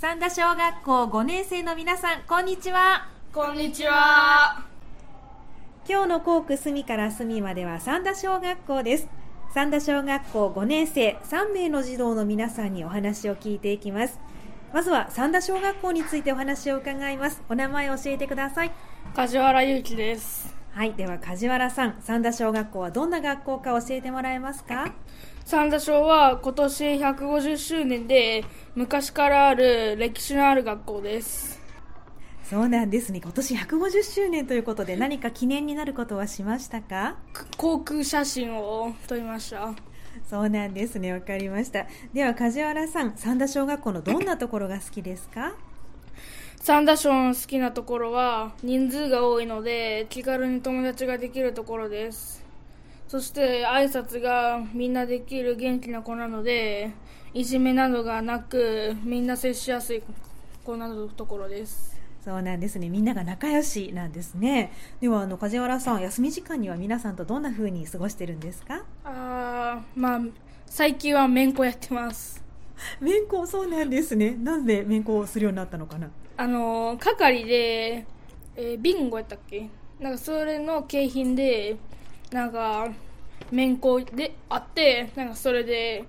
三田小学校5年生の皆さんこんにちはこんにちは。今日の校区隅から隅までは三田小学校です三田小学校5年生3名の児童の皆さんにお話を聞いていきますまずは三田小学校についてお話を伺いますお名前を教えてください梶原ゆうきです。はいでは梶原さん三田小学校はどんな学校か教えてもらえますか三田小は今年150周年で、昔からある歴史のある学校です。そうなんですね今年150周年ということで何か記念になることはしましたかく航空写真を撮りました。そうなんですねわかりましたでは梶原さん三田小学校のどんなところが好きですか三田小の好きなところは、人数が多いので、気軽に友達ができるところです。そして挨拶がみんなできる元気な子なので、いじめなどがなく、みんな接しやすい子などのところです。そうなんですねみんなが仲良しなんですねではあの梶原さん休み時間には皆さんとどんな風に過ごしてるんですかあーまあ最近はめんこやってます面子そうなんですねなんで面子をするようになったのかなあのー係で、えービンゴやったっけなんかそれの景品でなんかめんこであってなんかそれで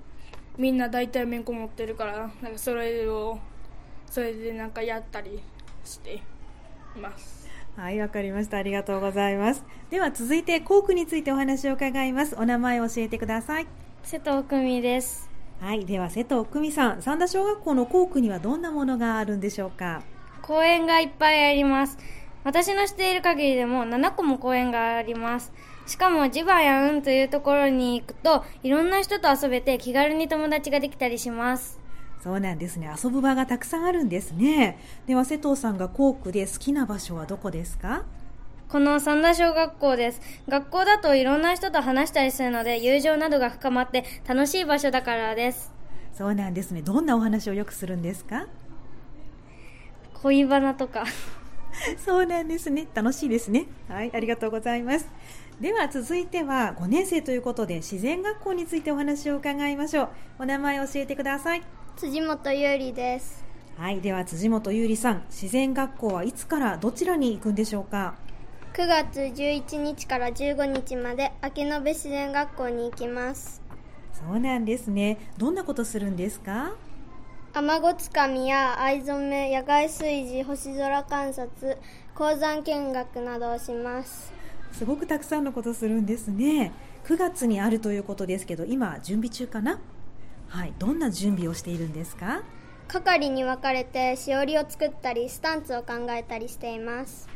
みんな大体めんこ持ってるからなんかそれをそれでなんかやったりしていますはいわかりましたありがとうございますでは続いて校区についてお話を伺いますお名前を教えてください瀬戸久美ですはいでは瀬戸久美さん三田小学校の校区にはどんなものがあるんでしょうか公園がいっぱいあります私の知っている限りでも7個も公園がありますしかもジバヤンというところに行くといろんな人と遊べて気軽に友達ができたりしますそうなんですね遊ぶ場がたくさんあるんですねでは瀬戸さんが校区で好きな場所はどこですかこの三田小学校です学校だといろんな人と話したりするので友情などが深まって楽しい場所だからですそうなんですねどんなお話をよくするんですか恋バナと かそうなんですね。楽しいですね。はい、ありがとうございます。では続いては5年生ということで自然学校についてお話を伺いましょう。お名前を教えてください。辻本優里ですはい、では辻本優里さん、自然学校はいつからどちらに行くんでしょうか。 9月11日から15日まで秋延自然学校に行きますそうなんですね。どんなことするんですか。雨ごつかみや藍染め野外炊事星空観察鉱山見学などをしますすごくたくさんのことするんですね。9月にあるということですけど、今準備中かな。はい、どんな準備をしているんですか。係に分かれてしおりを作ったりスタンツを考えたりしています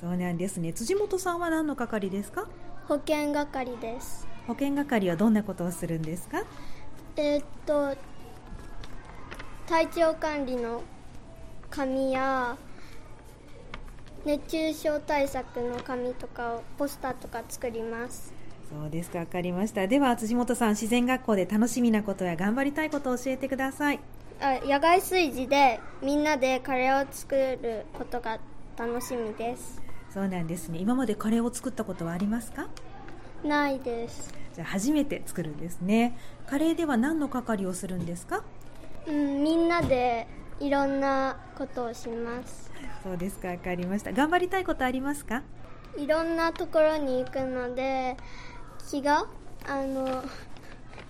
そうなんですね。辻本さんは何の係ですか。保健係です保健係はどんなことをするんですかえーっと体調管理の紙や熱中症対策の紙とかをポスターとか作りますそうですか、わかりました。では、辻本さん、自然学校で楽しみなことや頑張りたいことを教えてください。あ野外炊事でみんなでカレーを作ることが楽しみですそうなんですね。今までカレーを作ったことはありますかないですじゃあ、初めて作るんですね。カレーでは何の係をするんですかうんみんなでいろんなことをしますそうですか、わかりました。頑張りたいことありますかいろんなところに行くので気があの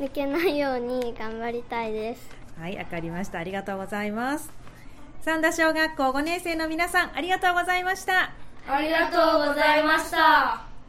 抜けないように頑張りたいですはい、わかりました。ありがとうございます。三田小学校5年生の皆さん、ありがとうございました。ありがとうございました